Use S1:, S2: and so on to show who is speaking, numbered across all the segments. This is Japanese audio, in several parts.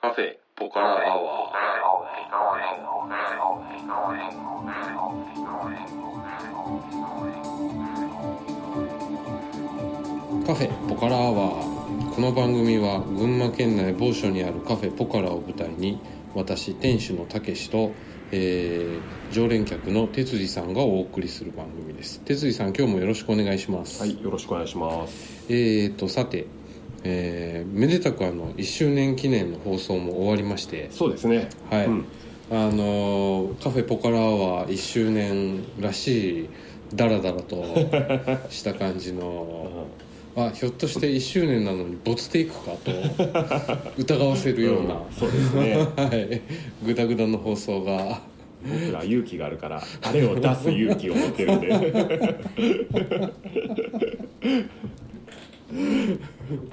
S1: カフェポカラアワーカフェポカラアワーこの番組は群馬県内某所にあるカフェポカラを舞台に私店主のたけしと、えー常連客の哲司さんがお送りする番組です哲司さん今日もよろしくお願いします、
S2: はい、よろしくお願いします。
S1: えーとさて、えーめでたくあの1周年記念の放送も終わりまして
S2: そうですね。
S1: はい、
S2: うん
S1: あのーカフェポカラは1周年らしいダラダラ とした感じのあひょっとして1周年なのにボツていくかと疑わせるような、
S2: ん そうですね。
S1: はいグダグダの放送が
S2: 僕ら勇気があるから、あれを出す勇気を持ってる んで。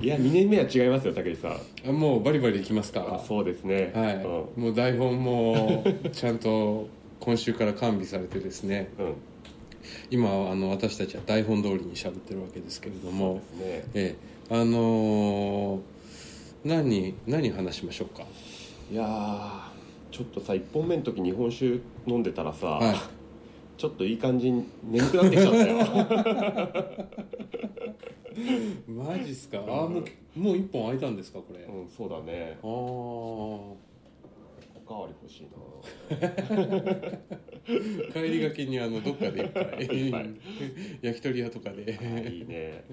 S2: いや、2年目は違いますよ、たけしさん。
S1: あもうバリバリいきますか
S2: あそうですね。
S1: はい、
S2: う
S1: もう台本もちゃんと今週から完備されてですね
S2: ん。うん。
S1: 今あの私たちは台本通りに喋ってるわけですけれども
S2: ね。
S1: ええあのー何何話しましょうか
S2: いやー。ちょっとさ、1本目の時日本酒飲んでたらさ。
S1: はい
S2: ちょっといい感じに眠くなってきちゃったよ
S1: マジっすかあーもうもう一本空いたんですかこれ、
S2: うんそうだね
S1: あ
S2: おかわり欲しいな
S1: あ帰りがけにあのどっかで一回
S2: はい
S1: 焼き鳥屋とかで
S2: あいいね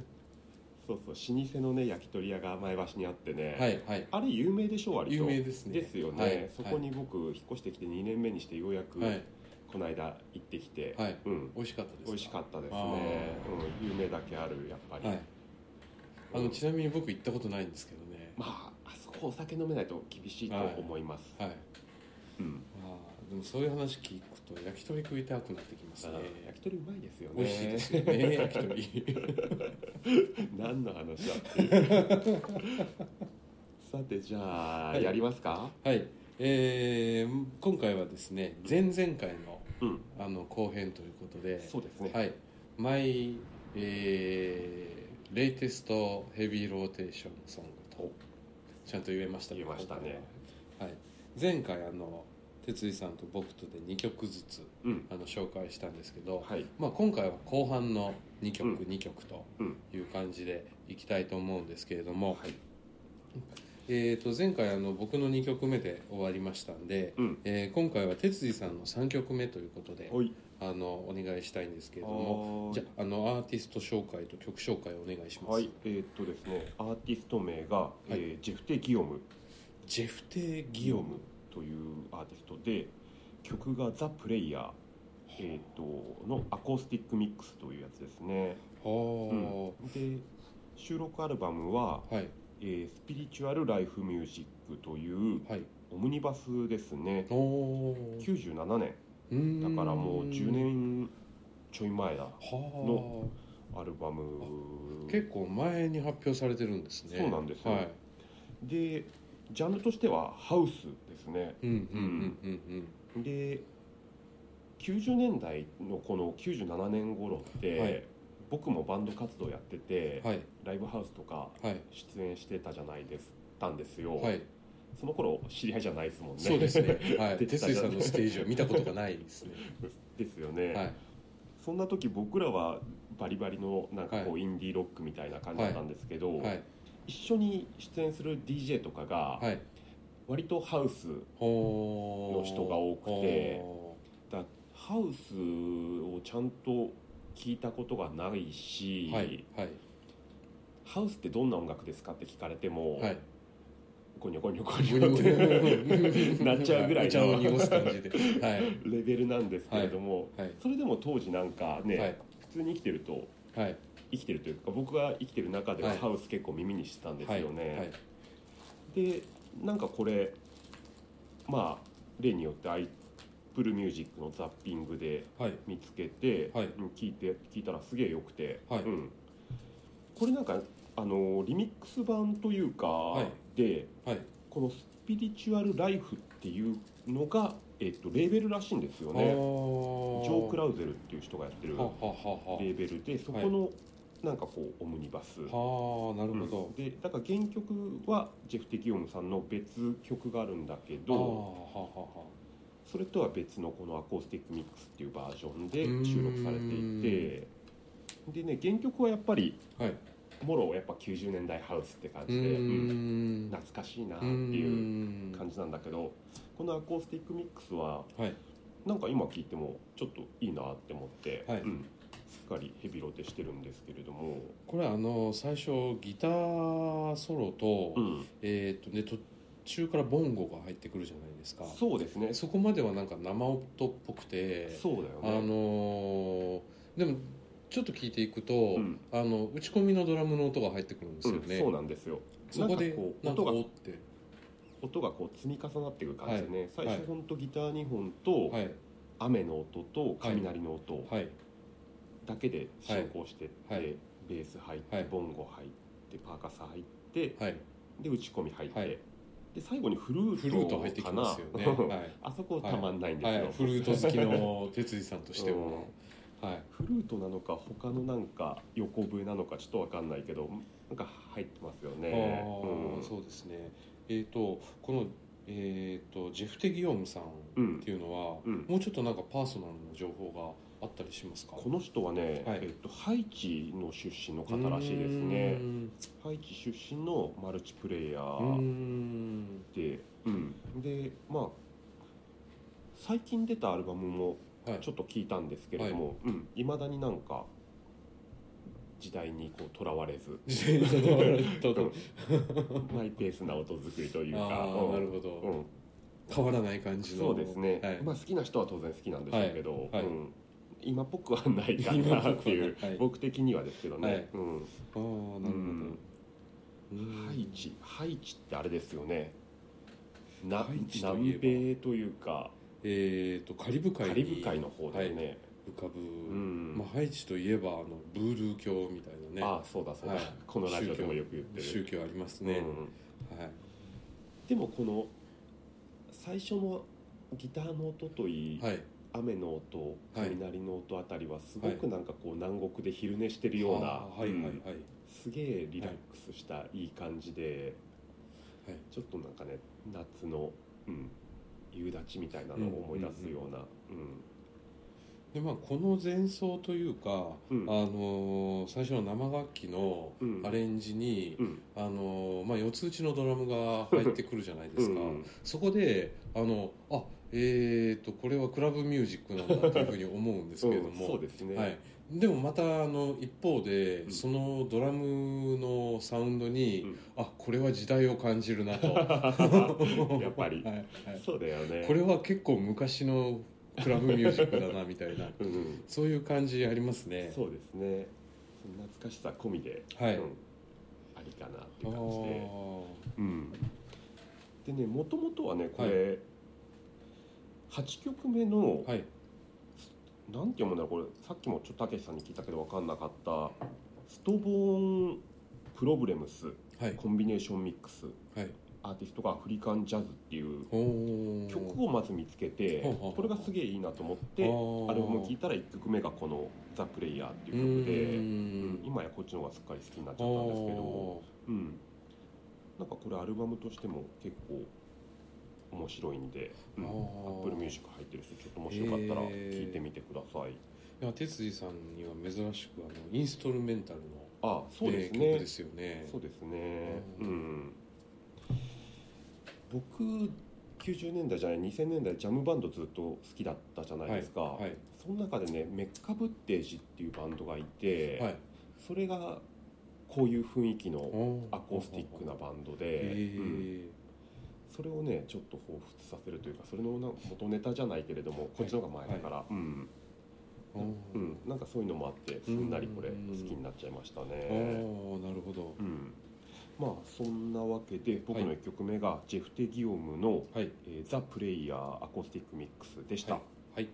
S2: そうそう老舗のね焼き鳥屋が前橋にあってね、
S1: はいはい
S2: あれ有名でしょ割と
S1: 有名ですね
S2: よね、
S1: はい
S2: そこに僕引っ越してきて2年目にしてようやく
S1: はい
S2: この間行ってきて、
S1: はい
S2: うん、
S1: 美味しかったです
S2: 美味しか
S1: っ
S2: ったです
S1: あ
S2: ね、うん、有名だけあるやっぱり、
S1: はいあ
S2: う
S1: の
S2: ん
S1: ちなみに僕行ったことないんですけどね
S2: まああそこお酒飲めないと厳しいと思います、
S1: はい
S2: うん
S1: あーでもそういう話聞くと焼き鳥食いたくなってきますね
S2: あ焼き鳥うまいですよね
S1: 美味しいですよね焼き鳥
S2: 何の話だっていう さてじゃあ、
S1: はい
S2: やりますか
S1: はいえー、今回はですね前々回の
S2: うん
S1: あの後編ということで
S2: そうですね、
S1: はい、マイ、えー、レイテストヘビーローテーションソングとちゃんと言えましたか
S2: 言えましたね。
S1: はい、前回あの哲司さんと僕とで2曲ずつ
S2: うん
S1: あの紹介したんですけど、
S2: はい
S1: まあ、今回は後半の2曲、
S2: う
S1: 2曲と
S2: うん
S1: いう感じでいきたいと思うんですけれども、
S2: はい
S1: えー、と前回あの僕の2曲目で終わりましたんで、
S2: うん
S1: えー今回は哲司さんの3曲目ということで
S2: はい
S1: あのお願いしたいんですけれども。
S2: も
S1: じゃああのアーティスト紹介と曲紹介お願いします、
S2: はい、えーっとですね、アーティスト名が、えージェフテ・ギオム、
S1: ジェフテ・ギヨム
S2: というアーティストで、曲がザ・プレイヤー、えーっとのアコースティックミックスというやつですね。
S1: は
S2: で、収録アルバムは、
S1: あ、はい
S2: えースピリチュアル・ライフ・ミュージックという
S1: はい
S2: オムニバスですね。
S1: おお
S2: 97年、だ
S1: だ
S2: からもう10年ちょい前だ、
S1: は
S2: アルバム
S1: あ。結構前に発表されてるんですね
S2: そうなんですよ
S1: はい
S2: で、ジャンルとしてはハウスですね。
S1: うんうんうんうん
S2: で90年代のこの97年頃って、
S1: はい
S2: 僕もバンド活動やってて、
S1: うんはい
S2: ライブハウスとか
S1: はい
S2: 出演してたじゃないですたんですよ、
S1: はい
S2: その頃知り合いじゃないですもんね
S1: そうですねはい
S2: 出て
S1: 哲司
S2: たじゃ
S1: さ
S2: ん
S1: んのステージは見たことがないですね
S2: ですよね、
S1: はい
S2: そんな時僕らはバリバリのなんかこうインディーロックみたいな感じだったんですけど、
S1: はい
S2: 一緒に出演する DJ とかが
S1: はい
S2: 割とハウス
S1: ほ
S2: の人が多くてだハウスをちゃんと聞いたことがないし、
S1: はいはい
S2: ハウスってどんな音楽ですかって聞かれても、
S1: はい
S2: ゴニョゴニョゴニョってなっちゃうぐらい
S1: お茶を
S2: の
S1: 濁す感じではい
S2: レベルなんですけれども、
S1: はい
S2: それでも当時なんかね、
S1: はい
S2: 普通に生きてると
S1: はい
S2: 生きてるというか僕が生きてる中では
S1: はい
S2: ハウス結構耳にしてたんですよね。
S1: はい
S2: でなんかこれまあ例によってアイプルミュージックのザッピングで
S1: はい
S2: 見つけて、
S1: はい
S2: うん聞いて聞いたらすげえ良くて、
S1: はい
S2: うん、これなんかあのリミックス版というか、
S1: い
S2: で、
S1: はい
S2: このスピリチュアルライフっていうのが、えっと、レーベルらしいんですよ
S1: あー
S2: ねジョー・クラウゼルっていう人がやってる
S1: はははは
S2: レーベルでそこのなんかこうオムニバス
S1: はあなるほ
S2: うん
S1: ど、
S2: でだから原曲はジェフ・テキオムさんの別曲があるんだけ
S1: ああは
S2: ど
S1: あはあはあ
S2: それとは別のこのアコースティックミックスっていうバージョンで
S1: うーん
S2: 収録されていてでね原曲はやっぱり
S1: はい
S2: もろやっぱ90年代ハウスって感
S1: う
S2: じで、うん
S1: ん
S2: 懐かしいなっていう
S1: う
S2: 感じなんだけどこのアコースティックミックスは
S1: はい
S2: なんか今聴いてもちょっといいなって思って、
S1: はい
S2: うん、すっかりヘビロテしてるんですけれども、
S1: これあの最初ギターソロと、
S2: うん、
S1: えーっとね途中からボンゴが入ってくるじゃないですか
S2: そうですね
S1: そこまではなんか生音っぽくて
S2: そうだよ
S1: あの
S2: ね。
S1: ーでもちょっと聞いていくと、
S2: ん
S1: あの打ち込みのドラムの音が入ってくるんですよ
S2: う
S1: ね、
S2: ん、そうなんですよ
S1: そこで
S2: なんかこう
S1: なんか
S2: 音が
S1: おって
S2: 音がこう積み重なっていく感じでね、最
S1: はい
S2: 初ほんとギター2本と、
S1: はい
S2: 雨の音と雷の音
S1: はい
S2: だけで進行してって、
S1: はいはい
S2: ベース入って、
S1: はい
S2: ボンゴ入ってパーカス入って
S1: はい
S2: で打ち込み入って、
S1: はい
S2: で最後にフル
S1: フルー
S2: ー
S1: ト
S2: ト
S1: 入ってき
S2: かな
S1: ますよ ねは
S2: あそこたまんないん
S1: い、
S2: ですよ、
S1: はい、フルート好きの哲司さんとしても、はい
S2: フルートなのか他のなんか横笛なのかちょっとわかんないけどなんか入ってますよ
S1: あ
S2: ね
S1: ー
S2: うん
S1: そうですねえっ、とこのえっ、とジェフ・テギオームさんっていうのは、
S2: うん
S1: もうちょっとなんかパーソナルの情報があったりしますか
S2: この人はね、
S1: はい
S2: えっと、ハイチの出身の方らしいですね
S1: うーん
S2: ハイチ出身のマルチプレイヤ
S1: うー
S2: ー
S1: ん
S2: で、うんでまあ最近出たアルバムも
S1: はい
S2: ちょっと聞いたんですけれども、いうん、未だになんか時代にこ うとらわれず
S1: 自転車の笑いとか
S2: マイペースな音作りというか
S1: あ
S2: う
S1: ー
S2: ん
S1: なるほど、
S2: うん、
S1: 変わらない感じの
S2: そう ですね、
S1: はい
S2: まあ好きな人は当然好きなんでしょうけど、
S1: はいはい
S2: うん、今っぽくはないか
S1: 今
S2: な
S1: っ
S2: っ
S1: ぽく
S2: て
S1: はない
S2: いう、
S1: はい
S2: 僕的にはですけどね、
S1: はい
S2: うん、
S1: ああーなるほど、うん
S2: ハイチハイチってあれですよねな
S1: ハイチといえば
S2: 南米というか
S1: えっ、とカリブ海
S2: カ
S1: に
S2: リブ海の方だよね、
S1: 浮かぶ、
S2: うん、
S1: まあ、ハイチといえばあのブールー教みたいなね
S2: ああそうだそうだ、
S1: はい
S2: このラジオでもよく言ってる
S1: 宗教ありますね
S2: う、ん
S1: はい
S2: でもこの最初のギターの音といい、
S1: はい
S2: 雨の音
S1: はい
S2: 雷の音あたりはすごくなんかこう南国で昼寝してるような、
S1: あーはいはいはい、
S2: すげえリラックスしたいい感じで、
S1: はい
S2: ちょっとなんかね夏の、うん、夕立ちみたいなのを思い出すような
S1: でまあこの前奏というか、
S2: うん
S1: あのー最初の生楽器の
S2: うんうん
S1: アレンジに、
S2: うん
S1: あのーまあ、四つ打ちのドラムが入ってくるじゃないですか、
S2: うん
S1: そこであのあえー、とこれはクラブミュージックなんだというふうに思うんですけれど
S2: うんそ
S1: も
S2: う、ですね、
S1: はい、でもまたあの一方で、
S2: うん
S1: そのドラムのサウンドに、あこれは時代を感じるなと
S2: やっぱ り
S1: はいはい
S2: そうだよね
S1: これは結構昔のクラブミュージックだなみたいな
S2: うん、
S1: そういう感じありますね
S2: そうですねその懐かしさ込みで、
S1: はい、
S2: うんありかなって
S1: あ
S2: いう感じで、
S1: ー
S2: うん、でねもともとはねこれ、八8曲目の、
S1: はい
S2: なんて読むんだろうこれさっきもちょっとたけしさんに聞いたけど分かんなかったストボーンプロブレムス
S1: はい
S2: コンビネーションミックス
S1: はい
S2: アーティストがアフリカンジャズっていう
S1: おー
S2: 曲をまず見つけて
S1: ほうほうほう
S2: これがすげえいいなと思って
S1: あー
S2: アルバムを聴いたら1曲目がこの「ザ・プレイヤーって
S1: う
S2: いう曲で、
S1: ー
S2: うん
S1: ん
S2: 今やこっちの方がすっかり好きになっちゃったんですけど、うん、なんかこれアルバムとしても結構面白いんで、
S1: あ
S2: うん、
S1: ー
S2: アップルミュージック入ってる人ちょっともしよかったら聴いてみてください。
S1: いや哲司さんには珍しくあのインストルメンタルの、
S2: あそうです
S1: えー
S2: ね
S1: 曲ですよね
S2: そうですね
S1: う
S2: うんん、僕90年代じゃない2000年代ジャムバンドずっと好きだったじゃないですか、
S1: はいはい
S2: その中でねメッカブッテージっていうバンドがいて、
S1: はい
S2: それがこういう雰囲気のア
S1: ア
S2: コースティックなバンドで、
S1: え
S2: うん
S1: ー
S2: それをねちょっと彷彿させるというかそれのな元ネタじゃないけれどもこっちの方が前だから、うん、
S1: あー
S2: うん、なんかそういうのもあってすんなりこれ好きになっちゃいましたね。
S1: あーなるほど
S2: うん、まあそんなわけで僕の
S1: は
S2: 1曲目がジェフ・テ・ギオムの
S1: はい
S2: 「えーザ・プレイヤーアコースティックミックス」でした、
S1: はいはい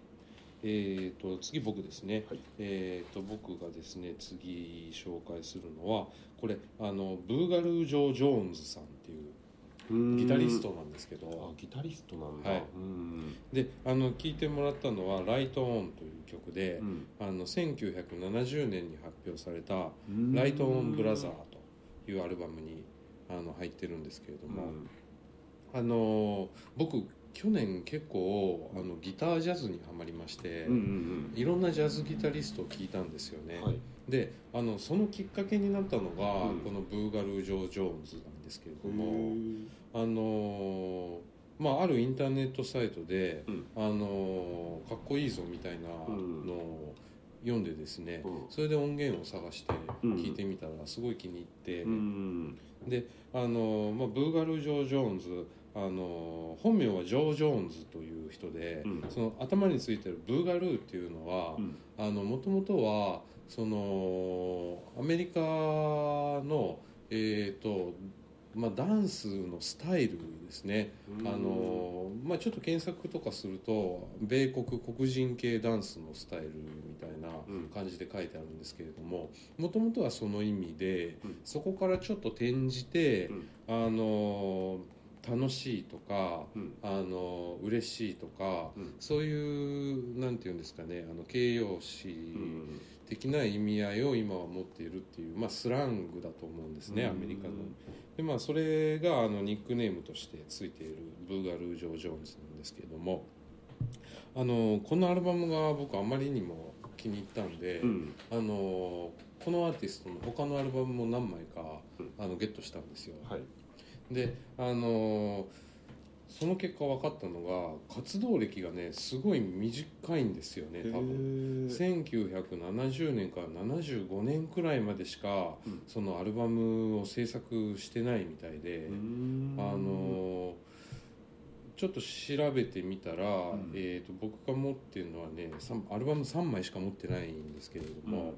S1: えー、と次僕ですね、
S2: はい
S1: えー、と僕がですね次紹介するのはこれあのブーガル・ジョー・ジョーンズさんっていうギタリス
S2: ト
S1: トなんですけ
S2: あ
S1: ど
S2: ギタリストなんだ、
S1: はい
S2: うん
S1: であの聴いてもらったのは「ライトオン」という曲で、あの1970年に発表された「
S2: うん
S1: ライトオンブラザー」というアルバムにあの入ってるんですけれど
S2: うん
S1: も、あの僕去年結構あのギタージャズにはまりまして、
S2: うんうん
S1: いろんなジャズギタリストを聴いたんですよ
S2: う
S1: ね、
S2: んはい
S1: であのそのきっかけになったのが、
S2: うん
S1: このブーガルー・ジョー・ジョーンズなんですけれども
S2: うん
S1: あのまああるインターネットサイトで、
S2: うん
S1: あのかっこいいぞみたいなのを読んでですね、それで音源を探して聞いてみたらすごい気に入って、
S2: うん
S1: あのまあ、ブーガル・ジョー・ジョーンズあの本名はジョー・ジョーンズという人で、
S2: うん
S1: その頭についてるブーガルーっていうのは
S2: うん
S1: もともとはそのアメリカの、えーとまあ、ダンスのスタイルですね、あのまあ、ちょっと検索とかすると米国黒人系ダンスのスタイルみたいな
S2: うん
S1: 感じで書いてあるんですけれどももともとはその意味で、
S2: うん
S1: そこからちょっと転じて、
S2: うん
S1: あの楽しいとか
S2: うん
S1: あの嬉しいとか
S2: うん
S1: そういうなんていうんですかねあの形容
S2: う
S1: 詞
S2: ん
S1: 的な意味合いを今は持っているっていう、まあ、スラングだと思うんですね、
S2: うん
S1: アメリカの。でまあそれがあのニックネームとしてついているブーガルー・ジョー・ジョーンズなんですけれどもあのこのアルバムが僕あまりにも気に入ったんで、
S2: うん
S1: あのこのアーティストの他のアルバムも何枚か
S2: うん
S1: あのゲットしたんですよ。
S2: はい
S1: であのその結果分かったのが活動歴がねすごい短いんですよね多分。
S2: 分
S1: 1970年から75年くらいまでしか、
S2: うん
S1: そのアルバムを制作してないみたいで、あのちょっと調べてみたら、
S2: ん
S1: えー、と僕が持ってるのはねさんアルバム3枚しか持ってないんですけれども、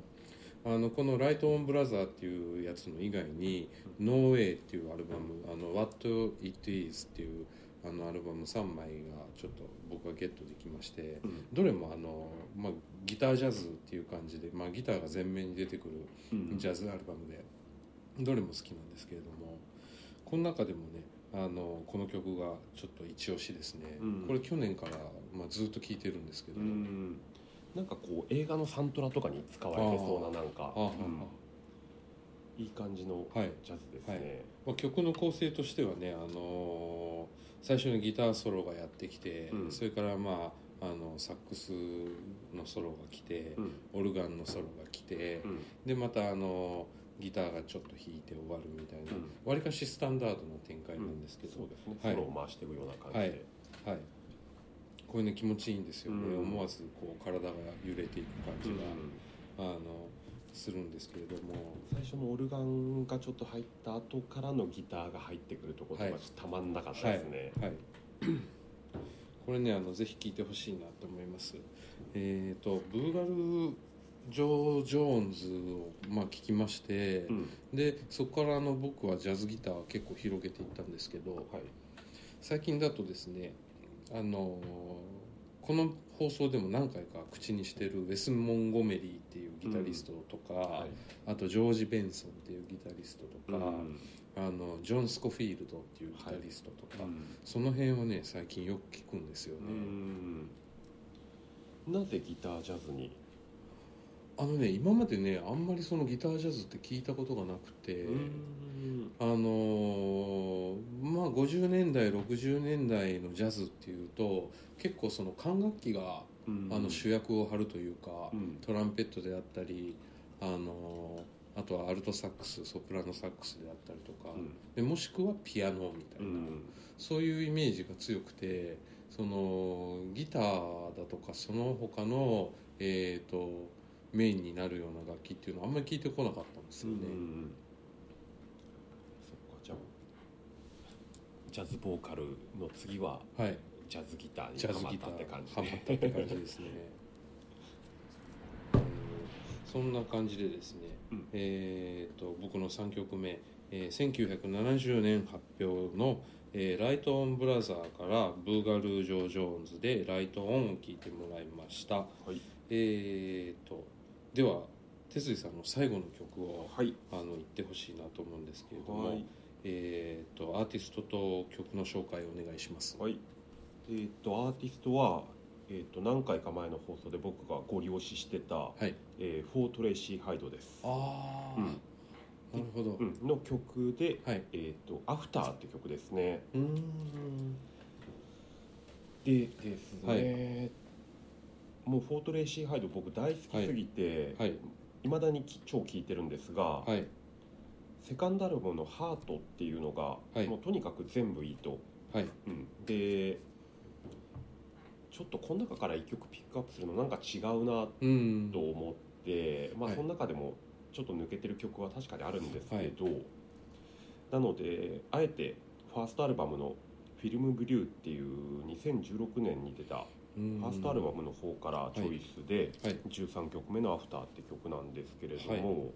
S1: あのこの「ライト・オン・ブラザー」っていうやつの以外に「ノーウェイ」っていうアルバム「あの What It Is」っていうあのアルバム3枚がちょっと僕はゲットできまして。
S2: うん
S1: どれもあの、まあ、ギタージャズっていう感じで、まあ、ギターが前面に出てくる
S2: うん
S1: ジャズアルバムで、どれも好きなんですけれどもこの中でもねあのこの曲がちょっと一押しですね、
S2: うん
S1: これ去年から、まあ、ずっと聴いてるんですけど、
S2: うんなんかこう映画のサントラとかに使われてそうななんか
S1: ああ、
S2: うんいい感じの
S1: はい、
S2: ジャズですね、
S1: はまあ、曲の構成としてはね、あのー最初にギターソロがやってきて、
S2: うん
S1: それから、まあ、あのサックスのソロが来て
S2: うん
S1: オルガンのソロが来て、
S2: うん
S1: でまたあのギターがちょっと弾いて終わるみたいな
S2: うん
S1: わり、かしスタンダードな展開なんですけど、
S2: そうですね、
S1: はい
S2: ソロを回していくような感じで、
S1: はいはい、こういうの気持ちいいんですよね、
S2: うん
S1: 思わずこう体が揺れていく感
S2: う
S1: じ
S2: ん
S1: が、あのするんですけれども
S2: 最初のオルガンがちょっと入った後からのギターが入ってくるところ
S1: はい
S2: がちょっとたまんなかったですね、
S1: はい これねあのぜひ聴いてほしいなと思いますえっ、とブーガル・ジョー・ジョーンズをまあ聴きまして、
S2: うん
S1: でそこからあの僕はジャズギターを結構広げていったんですけど、
S2: はい
S1: 最近だとですねあのこの放送でも何回か口にしてるウェス・モンゴメリーっていうギタリストとか、
S2: はい
S1: あとジョージ・ベンソンっていうギタリストと
S2: う
S1: か、
S2: ん
S1: あのジョン・スコフィールドっていうギタリストとか、
S2: うん
S1: その辺をね最近よく聞くんですよね、
S2: うんなぜギタージャズに、
S1: あのね今までねあんまりそのギタージャズって聞いたことがなくて、
S2: うん
S1: あのーまあ50年代60年代のジャズっていうと結構その管楽器があの主役を張るというか、
S2: うん
S1: トランペットであったりあのあとはアルトサックスソプラノサックスであったりとか、
S2: うん
S1: でもしくはピアノみたいな、
S2: うん
S1: そういうイメージが強くてそのギターだとかその他のえっ、とメインになるような楽器っていうのはあんまり聞いてこなかったんですよね、
S2: うんそっかじゃあジャズボーカルの次は
S1: はい
S2: ジャズギターに
S1: ジャズ
S2: ハマっ
S1: ギタ
S2: た
S1: ー
S2: って感じ
S1: ハマったって感じです ねえーそんな感じでですね、
S2: うん
S1: えー、と僕の3曲目、えー1970年発表の、えーライト・オン・ブラザー」から「ブーガルー・ジョー・ジョーンズ」で「ライト・オン」を聴いてもらいました、
S2: い
S1: えー、とでは哲司さんの最後の曲を
S2: はい
S1: あの言ってほしいなと思うんですけれども、
S2: はい
S1: えー、とアーティストと曲の紹介をお願いします。
S2: はい。えーっとアーティストはえーっと何回か前の放送で僕がご利用ししてた、
S1: はい
S2: えーフォートレイシーハイドです。
S1: ああ、
S2: うん
S1: なるほど。
S2: うんの曲で
S1: はい。
S2: えーっとアフターって曲ですね。
S1: うーん。
S2: でですね。
S1: は
S2: もうフォートレイシーハイド僕大好きすぎて、
S1: はい
S2: 未だにき超聴いてるんですが、
S1: はい。
S2: セカンドアルバムの「ハートっていうのが、
S1: はい
S2: もうとにかく全部いいと、
S1: はい
S2: うん、でちょっとこの中から1曲ピックアップするのなんか違うな
S1: うーん。
S2: と思って、まあ、
S1: はい
S2: その中でもちょっと抜けてる曲は確かにあるんですけど、なのであえてファーストアルバムの「フィルムブリュー」っていう2016年に出た
S1: うーん
S2: ファーストアルバムの方からチョイスで
S1: はい
S2: 13曲目の「アフター」って曲なんですけれども、
S1: はいう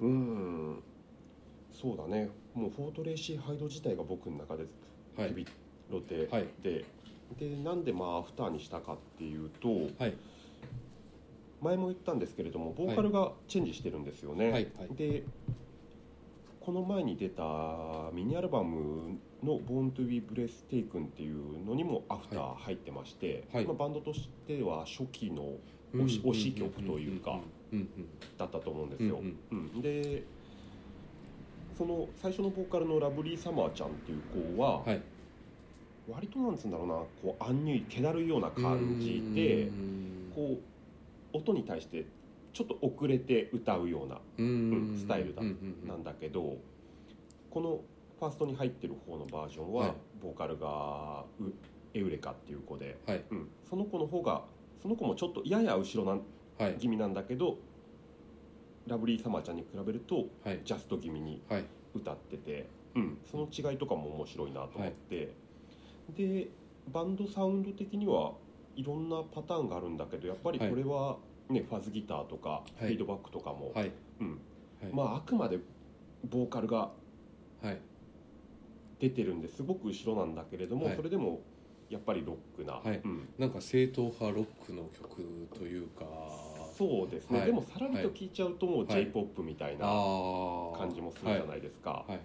S2: ーんそうだねもう「フォートレイシー・ハイド」自体が僕の中で
S1: は
S2: ヘ
S1: い。
S2: ビロテ
S1: はい。
S2: ででなんでまあアフターにしたかっていうと、
S1: はい
S2: 前も言ったんですけれどもボーカルがチェンジしてるんですよね。
S1: はいはい
S2: でこの前に出たミニアルバムの「Born to be Breathtaken」っていうのにもアフター入ってまして、
S1: はい
S2: まあ、バンドとしては初期の
S1: うん
S2: 推し推し曲というか。
S1: うん
S2: だったと思うんで
S1: うん
S2: す
S1: うん。
S2: よ。
S1: うん
S2: うんでその最初のボーカルのラブリーサマーちゃんっていう子は、
S1: はい
S2: 割となんつうんだろうなこうアンニュイ気だるいような
S1: うん。
S2: 感じで
S1: うーん
S2: こう音に対してちょっと遅れて歌うような
S1: うー
S2: うんんスタイルだ
S1: うんう
S2: なんんだけど、このファーストに入ってる方のバージョンは、
S1: はい
S2: ボーカルがうエウレカっていう子で、
S1: はい
S2: うんその子の方がその子もちょっとやや後ろな
S1: はい
S2: 気味なんだけどラブリーサマーちゃんに比べると
S1: はい
S2: ジャスト気味に
S1: はい
S2: 歌ってて、うん、その違いとかも面白いなと思って、でバンドサウンド的にはいろんなパターンがあるんだけどやっぱりこれは、ねファズギターとか
S1: い
S2: フィードバックとかも、
S1: はい
S2: うん
S1: はい
S2: まああくまでボーカルが
S1: はい
S2: 出てるんですごく後ろなんだけれども、
S1: はい
S2: それでもやっぱりロックな、
S1: はい
S2: うん
S1: なんか正統派ロックの曲というか
S2: そうですね、
S1: はい
S2: でもさらりと聴いちゃうともう
S1: はい
S2: j p o p みたいな
S1: ああ
S2: 感じもするじゃ
S1: はい
S2: ないですか、
S1: いはい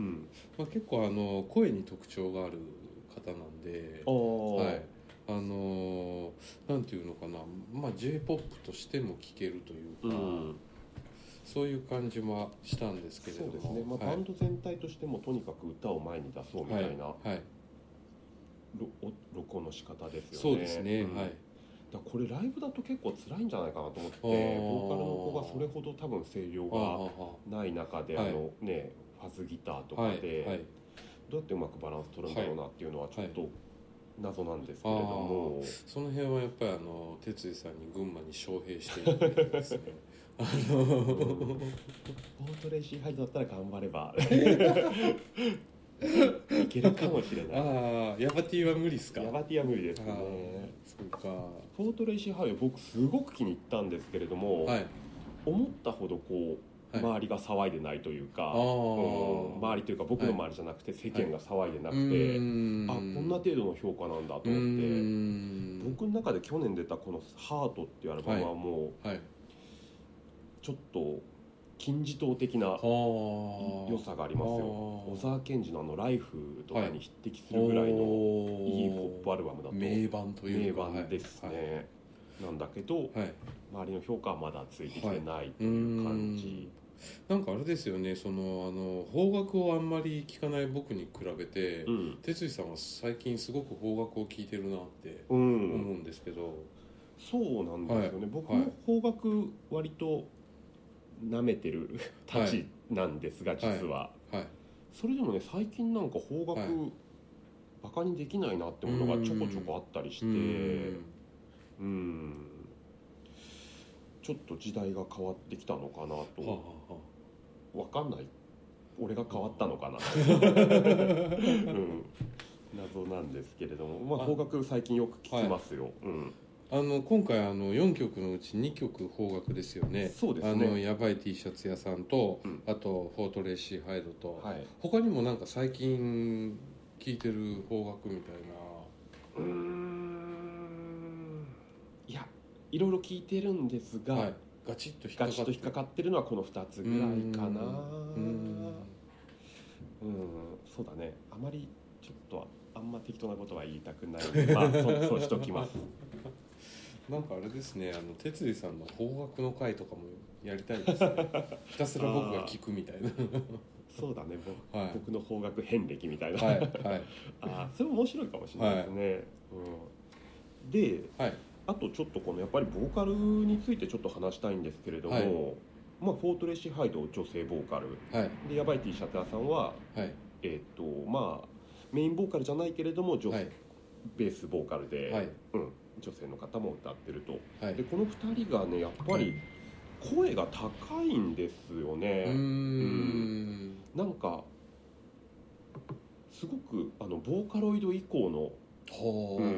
S2: うん、
S1: まあ、結構あの声に特徴がある方なんで
S2: あー
S1: はい、あのーなんていうのかな、まあ、j p o p としても聴けるという
S2: う
S1: か、
S2: ん
S1: そういう感じはしたんですけれ
S2: そ
S1: ど
S2: う
S1: も
S2: ですね、まあ、
S1: は
S2: バ
S1: い
S2: ンド全体としてもとにかく歌を前に出そうみたいな、
S1: はいはい
S2: ろお録音の仕方ですよね
S1: そうですね、
S2: うん
S1: はい
S2: だからこれライブだと結構辛いんじゃないかなと思って
S1: あー
S2: ボーカルの子がそれほど多分声量がない中であ
S1: はい
S2: のねファズギターと
S1: ああああ
S2: か
S1: はい
S2: で、
S1: はい
S2: どうやってうまくバランス取るんだろうなっていうのはちょっと謎なんですけれども、
S1: その辺はやっぱりあの哲司さんに群馬に招聘していただいてです ねあの
S2: ボートレーシーハイドだったら頑張れ ばいけるかもしれない
S1: ああヤバティは無理ですか
S2: ヤバティは無理です
S1: ああ
S2: ね
S1: そうか
S2: フォートレイシーハイは僕すごく気に入ったんですけれども、
S1: はい
S2: 思ったほどこう
S1: はい
S2: 周りが騒いでないというか、
S1: あ
S2: うん
S1: あ
S2: 周りというか僕の周りじゃなくて世間が騒いでな
S1: な
S2: くて、あこんな程度の評価なんだと思って
S1: 僕
S2: 僕の中で去年出たこの「ハートっていうアルバムはもう
S1: はい
S2: ちょっと金字塔的な良
S1: 良
S2: さがありますよ小沢健二のあの「ライフとかに匹敵するぐらいのいいポップアルバムだと
S1: 名盤とい
S2: 名
S1: うか
S2: 盤ですねなんだけど
S1: はい、はい
S2: 周りの評価はまだついてきてないと
S1: うー
S2: い
S1: ん
S2: う感じ
S1: なんかあれですよねそのあの邦楽をあんまり聞かない僕に比べて、
S2: うん
S1: 哲司さんは最近すごく邦楽を聴いてるなって
S2: うん
S1: 思うんですけど、
S2: そうなんですよね、僕
S1: は
S2: も
S1: い
S2: 邦楽割と舐めてる
S1: はい
S2: たちなんですが、実は、
S1: はい
S2: それでもね最近なんか邦楽、
S1: はい
S2: バカにできないなってものがちょこちょこあったりして
S1: う
S2: う
S1: ん
S2: んちょっと時代が変わってきたのかな
S1: はあは
S2: とわかんない俺が変わったの かな、うん、謎なんですけれども、まあ、
S1: はい
S2: 邦楽最近よく聞きますよ、うん、
S1: あはああの今回あの4曲のうち2曲邦楽ですよね
S2: そうです
S1: あ
S2: ね
S1: のやばい T シャツ屋さんと、
S2: うん
S1: あとフォートレーシーハイドと、
S2: はい
S1: 他にもなんか最近聴いてる邦楽みたいな
S2: うーんいやいろいろ聞いてるんですが、
S1: はいガチッと引っか
S2: ガ
S1: か
S2: チッ
S1: っ
S2: と
S1: て
S2: 引っかかってるのはこの2つぐらいかな
S1: うーん
S2: うんそうだねあまりちょっとあんま適当なことは言いたくないまあそ そうしときます
S1: なんかあれですねあの哲司さんの方角の回とかもやりたいですね ひたすら僕が聞くみたいな
S2: そうだね僕
S1: はい
S2: 僕の方角遍歴みたいな、
S1: はいはい
S2: あーそれも面白いかもしれないですね、うん、で
S1: はい
S2: あとちょっとこのやっぱりボーカルについてちょっと話したいんですけれども、
S1: はい
S2: まあ、フォートレーシーハイド女性ボーカル
S1: はい
S2: でヤバい T シャツ屋さんは、
S1: はい
S2: えっとまあ、メインボーカルじゃないけれども女、
S1: はい
S2: ベースボーカルで、
S1: はい
S2: うん、女性の方も歌ってると
S1: はい
S2: でこの2人がねやっぱ
S1: はい
S2: り声が高いんですよね、
S1: うーん
S2: なんかすごくあのボーカロイド以降の
S1: ほう
S2: うん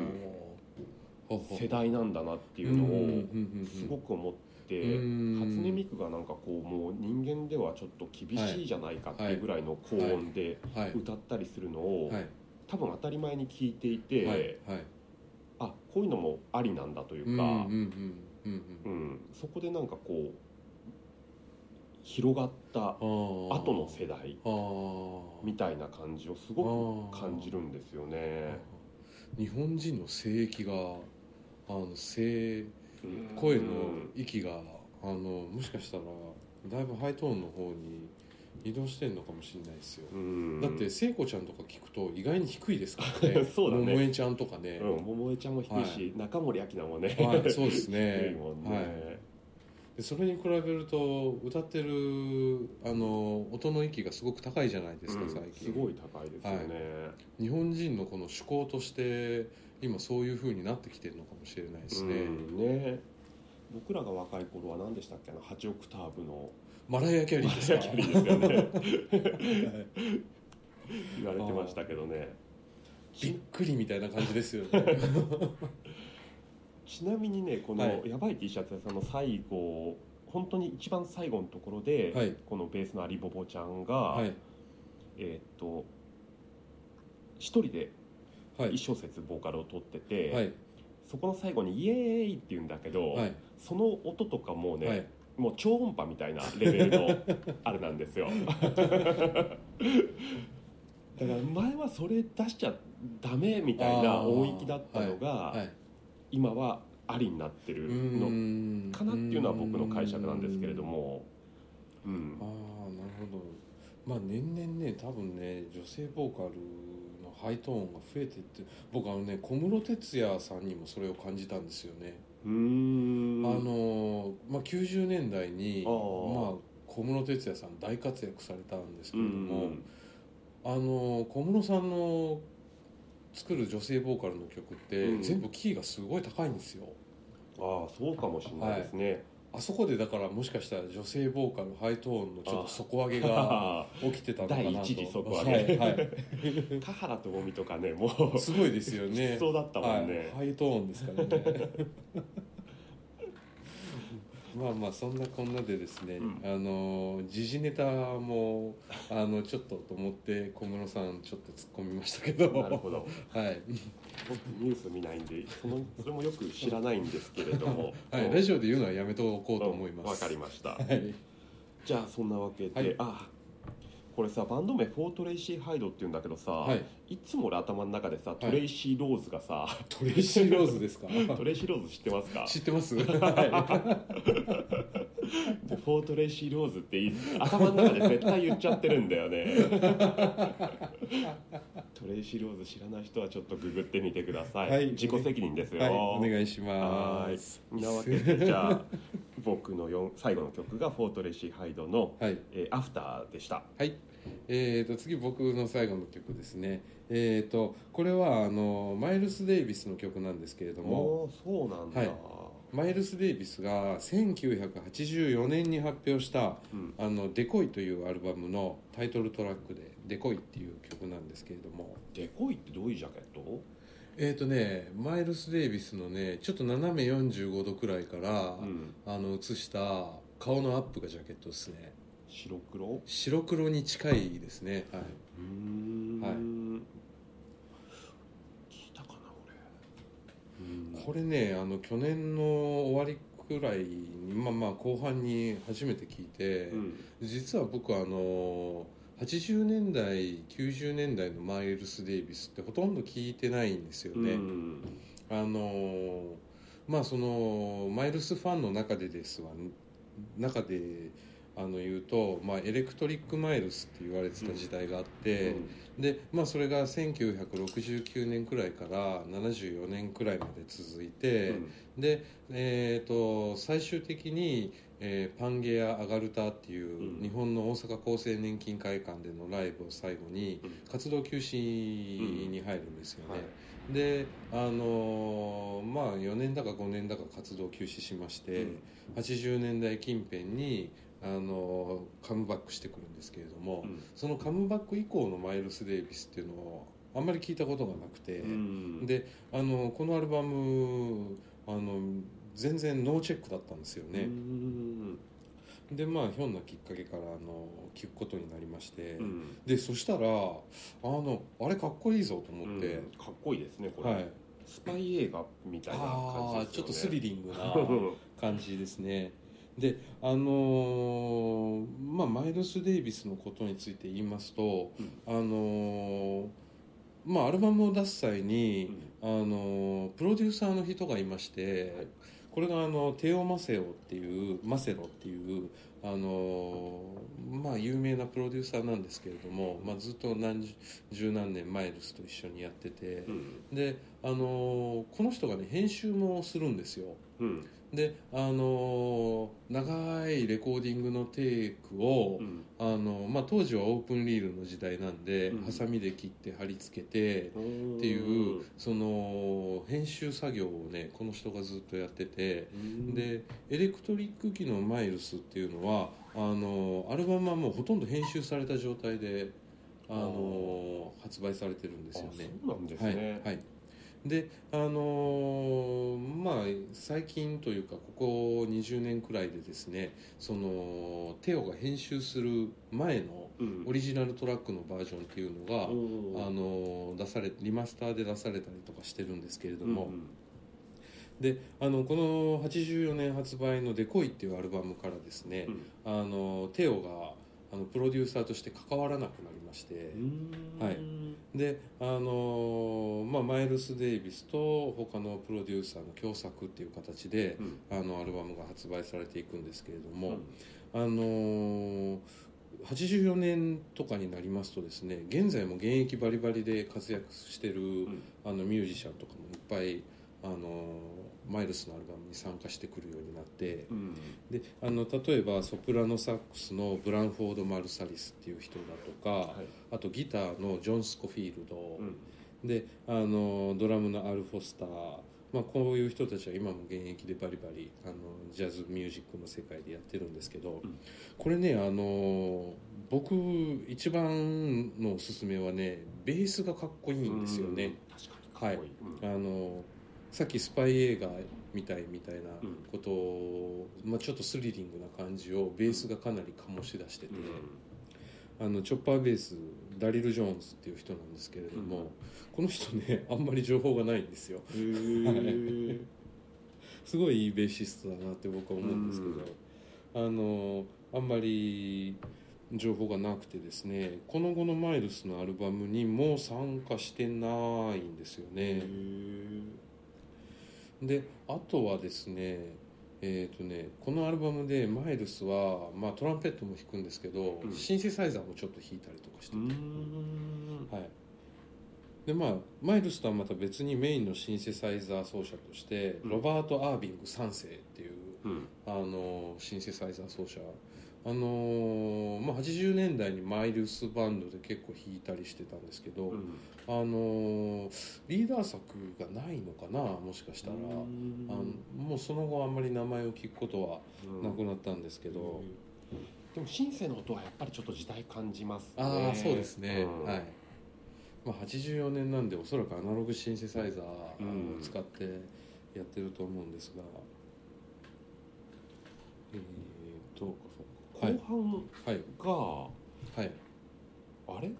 S1: ほうほう
S2: 世代なんだなっていうの
S1: ん
S2: を
S1: んうんうん
S2: すごく思って、
S1: うん
S2: 初音ミクがなんかこうもう人間ではちょっと厳しいじゃないかっていうぐらいの高音で
S1: はい
S2: 歌ったりするのを
S1: はい
S2: 多分当たり前に聞いてい
S1: は
S2: て
S1: いはい
S2: あこういうのもありなんだという
S1: うんうん
S2: か、
S1: うんうんう
S2: うんん、そこでなんかこう広がった
S1: あー
S2: 後の世代
S1: あ
S2: み
S1: ー
S2: たいな感じをすごく感じるんですよね。
S1: 日本人の性域があの性
S2: うん
S1: 声の域があのもしかしたらだいぶハイトーンの方に移動してんのかもしれないですよ、
S2: うん
S1: だって聖子ちゃんとか聞くと意外に低いですからね
S2: そうだね
S1: 桃江ちゃんとかね
S2: う、ん、桃江ちゃんも低いし、中森明菜もね、
S1: はいそうですね
S2: 低いもんね、
S1: はいでそれに比べると歌ってるあの音の域がすごく高いじゃないですか、
S2: うん
S1: 最近
S2: すごい高いですよね、
S1: 日本人のこの趣向として今そういう風になってきてるのかもしれないですね、
S2: うんね僕らが若い頃は何でしたっけあの8オクターブの
S1: マライア・キャリーですか
S2: マライアキャリーですよ
S1: はい
S2: ね言われてましたけどね
S1: びっ
S2: ち
S1: くりみたいな感じですよね
S2: ちなみにねこ
S1: は
S2: のやばい T シャツ屋さんの最後本当に一番最後のところで、
S1: はい
S2: このベースのアリボボちゃんが、
S1: はい
S2: えーっと一人で
S1: はい
S2: 一小節ボーカルを取ってて、
S1: はい
S2: そこの最後に「イエーイ!」って言うんだけど、
S1: はい
S2: その音とかもね、
S1: はい
S2: もう超音波みたいなレベルの あれなんですよ だから前はそれ出しちゃダメみたいな
S1: あー
S2: 音域だったのが、
S1: はい
S2: 今はありになってるの
S1: の
S2: かなっていうのは僕の解釈なんですけれどもうん
S1: ああなるほどまあ年々ね多分ね女性ボーカルのハイトーンが増えてって僕あのね小室哲哉さんにもそれを感じたんですよね、
S2: うーん
S1: あのまあ90年代に
S2: あー
S1: まあ小室哲哉さん大活躍されたんですけ
S2: う
S1: れ
S2: ん
S1: ども、あの小室さんの作る女性ボーカルの曲って、
S2: うん
S1: 全部キーがすごい高いんですよ
S2: ああそうかもしれないですね、
S1: あそこでだからもしかしたら女性ボーカルハイトーンのちょっと底上げが
S2: ああ
S1: 起きてたのかなと
S2: 第一次底上げ
S1: はいはい
S2: 田原智美とかねもう
S1: すごいですよ ね
S2: そうだったもんね、
S1: はい、ハイトーンですからね まあまあそんなこんなでですね、
S2: うん
S1: あの時事ネタもあのちょっとと思って小室さんちょっと突っ込みましたけど
S2: なるほど
S1: はい
S2: 僕ニュース見ないんでそのそれもよく知らないんですけれども
S1: はい、ラジオで言うのはやめておこうと思います。
S2: わかりました
S1: はい、
S2: じゃあそんなわけで、
S1: はい
S2: あこれさバンド名フォートレイシー・ハイドっていうんだけどさ、
S1: はい、
S2: い、つも俺頭の中でさ
S1: い
S2: トレイシー・ローズ がさ、
S1: トレイシーローズですか。
S2: トレイシー・ローズ知ってます か
S1: 知ってます。は
S2: でフォートレイシー・ローズってい頭の中で絶対言っちゃってるんだよね トレイシー・ローズ知らない人はちょっとググってみてください、
S1: はい
S2: 自己責任です
S1: い、
S2: よ、
S1: はい、お願いします。
S2: はいなわけでじゃあ僕の四最後の曲が「フォートレシーハイドの
S1: はい」、
S2: えーアフター」でした
S1: えー、と次僕の最後の曲ですね、えー、とこれはあのマイルス・デイビスの曲なんですけれども
S2: おーそうなんだ、
S1: はいマイルス・デイビスが1984年に発表した
S2: うん
S1: 「あのデコイ」というアルバムのタイトルトラックで「デコイ」っていう曲なんですけれども
S2: デコイってどういうジャケット、
S1: えっ、とねマイルス・デイビスのねちょっと斜め45度くらいから、
S2: うん、
S1: あの写した顔のアップがジャケットですね
S2: 白黒
S1: 白黒に近いですねはいう
S2: ーん、
S1: はい
S2: 聞いたかな俺、うん
S1: これねあの去年の終わりぐらいにまあまあ後半に初めて聞いて、
S2: うん
S1: 実は僕あの80年代90年代のマイルス・デイビスってほとんど聞いてないんですよ
S2: うん
S1: ね、あのまあそのマイルスファンの中でですわ中であの言うと、まあ、エレクトリック・マイルスって言われてた時代があって、で、まあ、それが1969年くらいから74年くらいまで続いて、で、えー、と最終的に、えーパンゲア・アガルタっていう、
S2: うん
S1: 日本の大阪厚生年金会館でのライブを最後に
S2: うん
S1: 活動休止に入るんですよね、
S2: はい
S1: であのーまあ4年だか5年だか活動休止しまして、
S2: うん
S1: 80年代近辺に、あのーカムバックしてくるんですけれども、
S2: うん
S1: そのカムバック以降のマイルス・デイビスっていうのをあんまり聞いたことがなくて、
S2: うん
S1: であのこのアルバムあの全然ノーチェックだったんですよ
S2: う
S1: ね、
S2: ん
S1: でまあひょんなきっかけからあの聞くことになりまして、
S2: うん
S1: でそしたらあのあれかっこいいぞと思って、
S2: うんかっこいいですねこれ、
S1: はい、
S2: スパイ映画みたいな
S1: あ
S2: 感
S1: あ
S2: じですよね
S1: ちょっとスリリングな
S2: うん
S1: 感じですねであのーまあマイルス・デイビスのことについて言いますと、
S2: うん
S1: あのーまあアルバムを出す際に、あのプロデューサーの人がいまして、
S2: はい
S1: これがあのテオ・マセオっていうマセロっていうあの、まあ、有名なプロデューサーなんですけれども、まあ、ずっと何十十何年マイルスと一緒にやってて
S2: う、ん
S1: であのこの人がね編集もするんですよ
S2: うん
S1: であの長いレコーディングのテイクを、
S2: うん
S1: あのまあ、当時はオープンリールの時代なんで、
S2: うん
S1: ハサミで切って貼り付けて、
S2: っ
S1: っていうその編集作業をねこの人がずっとやっててでエレクトリック機のマイルスっていうのはあのアルバムはもうほとんど編集された状態であの発売されてるんですよね。
S2: そうなんですね
S1: はいはいであのまあ最近というかここ20年くらいでですねそのテオが編集する前の
S2: うん
S1: オリジナルトラックのバージョンっていうのが、
S2: うん
S1: あの出されリマスターで出されたりとかしてるんですけれども、
S2: うん
S1: であのこの84年発売の「デコイ」っていうアルバムからですね、
S2: うん
S1: あのテオがあのプロデューサーとして関わらなくなりまして、
S2: うん
S1: はいであの、まあ、マイルス・デイビスと他のプロデューサーの共作っていう形で
S2: うん
S1: あのアルバムが発売されていくんですけれども。
S2: うん
S1: あのー84年とかになりますとですね現在も現役バリバリで活躍してる、
S2: ん
S1: あのミュージシャンとかもいっぱい、あのーマイルスのアルバムに参加してくるようになって
S2: うん
S1: であの例えばソプラノサックスのブランフォード・マルサリスっていう人だとか、
S2: はい
S1: あとギターのジョン・スコフィールド、
S2: うん
S1: であのドラムのアル・フォスター、まあ、こういう人たちは今も現役でバリバリあのジャズミュージックの世界でやってるんですけど、
S2: うん
S1: これねあの僕一番のおすすめはねベースがかっこいいんですよね。
S2: 確かにかっこいい
S1: あのさっきスパイ映画みたいみたいな
S2: うん
S1: ことを、まあ、ちょっとスリリングな感じをベースがかなり醸し出してて、
S2: うん
S1: あのチョッパーベースダリル・ジョーンズっていう人なんですけれども、
S2: うん
S1: この人ね あんまり情報がないんですよ
S2: へえ
S1: すごいいいベーシストだなって僕は思うんですけど、あのあんまり情報がなくてですねこの後のマイルスのアルバムにも参加してないんですよ
S2: へ
S1: ね、
S2: え
S1: であとはですねえーとね、このアルバムでマイルスは、まあ、トランペットも弾くんですけど、
S2: うん
S1: シンセサイザーもちょっと弾いたりとかして
S2: う
S1: て、
S2: ん
S1: はい、でまあマイルスとはまた別にメインのシンセサイザー奏者として、
S2: うん
S1: ロバート・アービング3世っていう
S2: うん
S1: あのシンセサイザー奏者あのまあ、80年代にマイルスバンドで結構弾いたりしてたんですけど、
S2: うん
S1: あのリーダー作がないのかなもしかしたら、
S2: うん
S1: あのもうその後あんまり名前を聞くことはなくなったんですけど、
S2: うんでもシンセの音はやっぱりちょっと時代感じますね
S1: ああそうですね、
S2: うん
S1: はい、まあ、84年なんでおそらくアナログシンセサイザーを使ってやってると思うんですが、えー、っと
S2: 後
S1: はい
S2: 半
S1: はい
S2: が、
S1: はい
S2: あれ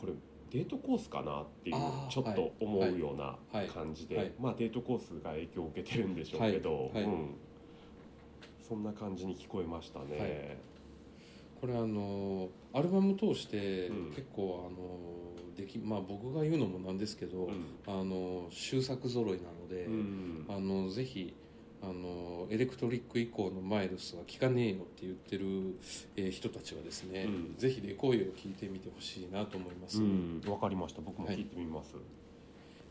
S2: これデートコースかなっていう
S1: あー
S2: ちょっと思うような
S1: はい
S2: 感じで、
S1: はい
S2: まあデートコースが影響を受けてるんでしょうけど、
S1: はいはい
S2: うんそんな感じに聞こえましたね、
S1: これあのアルバム通して
S2: うん
S1: 結構あのできまあ僕が言うのもなんですけど、
S2: う
S1: あの終作揃いなので、
S2: んうん
S1: あのぜひあのエレクトリック以降のマイルスは聴かねえよって言ってる、えー人たちはですね、
S2: うん
S1: ぜひレコイを聴いてみてほしいなと思います、
S2: うんわかりました僕も聞いてみます、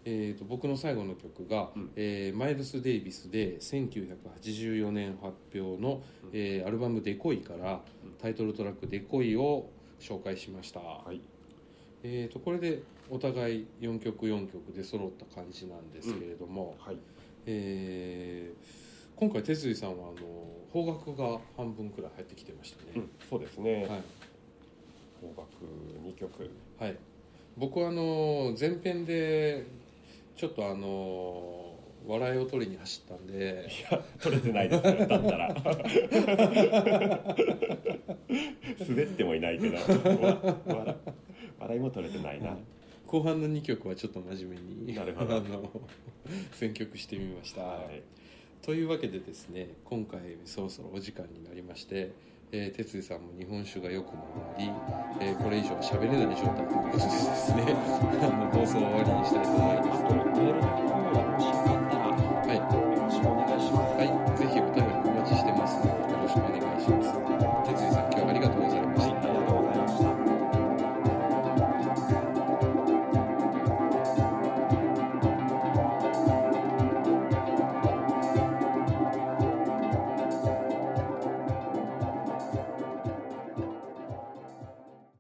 S1: えー、と僕の最後の曲が、
S2: うん
S1: えーマイルス・デイビスで1984年発表の、
S2: うん
S1: えーアルバム「デコイ」から
S2: うん
S1: タイトルトラック「デコイ」を紹介しました、
S2: はい
S1: えー、とこれでお互い4曲4曲で揃った感じなんですけれども、
S2: はい
S1: えー今回哲司さんはあの方角が半分くらい入ってきてました
S2: う
S1: ね、
S2: ん、そうですね、
S1: はい、
S2: 邦楽2曲
S1: はい、僕はあの前編でちょっとあの笑いを取りに走ったんで
S2: 取れてないですよだったら 滑ってもいないけどわ笑笑いも取れてないな、
S1: 後半の2曲はちょっと真面目に
S2: なるほど
S1: あの選曲してみました、
S2: はい
S1: というわけでですね今回そろそろお時間になりまして、えー、哲司さんも日本酒が良くもなり、えーこれ以上は喋れない状態ということでですねあの放送を終わりにしたいと思います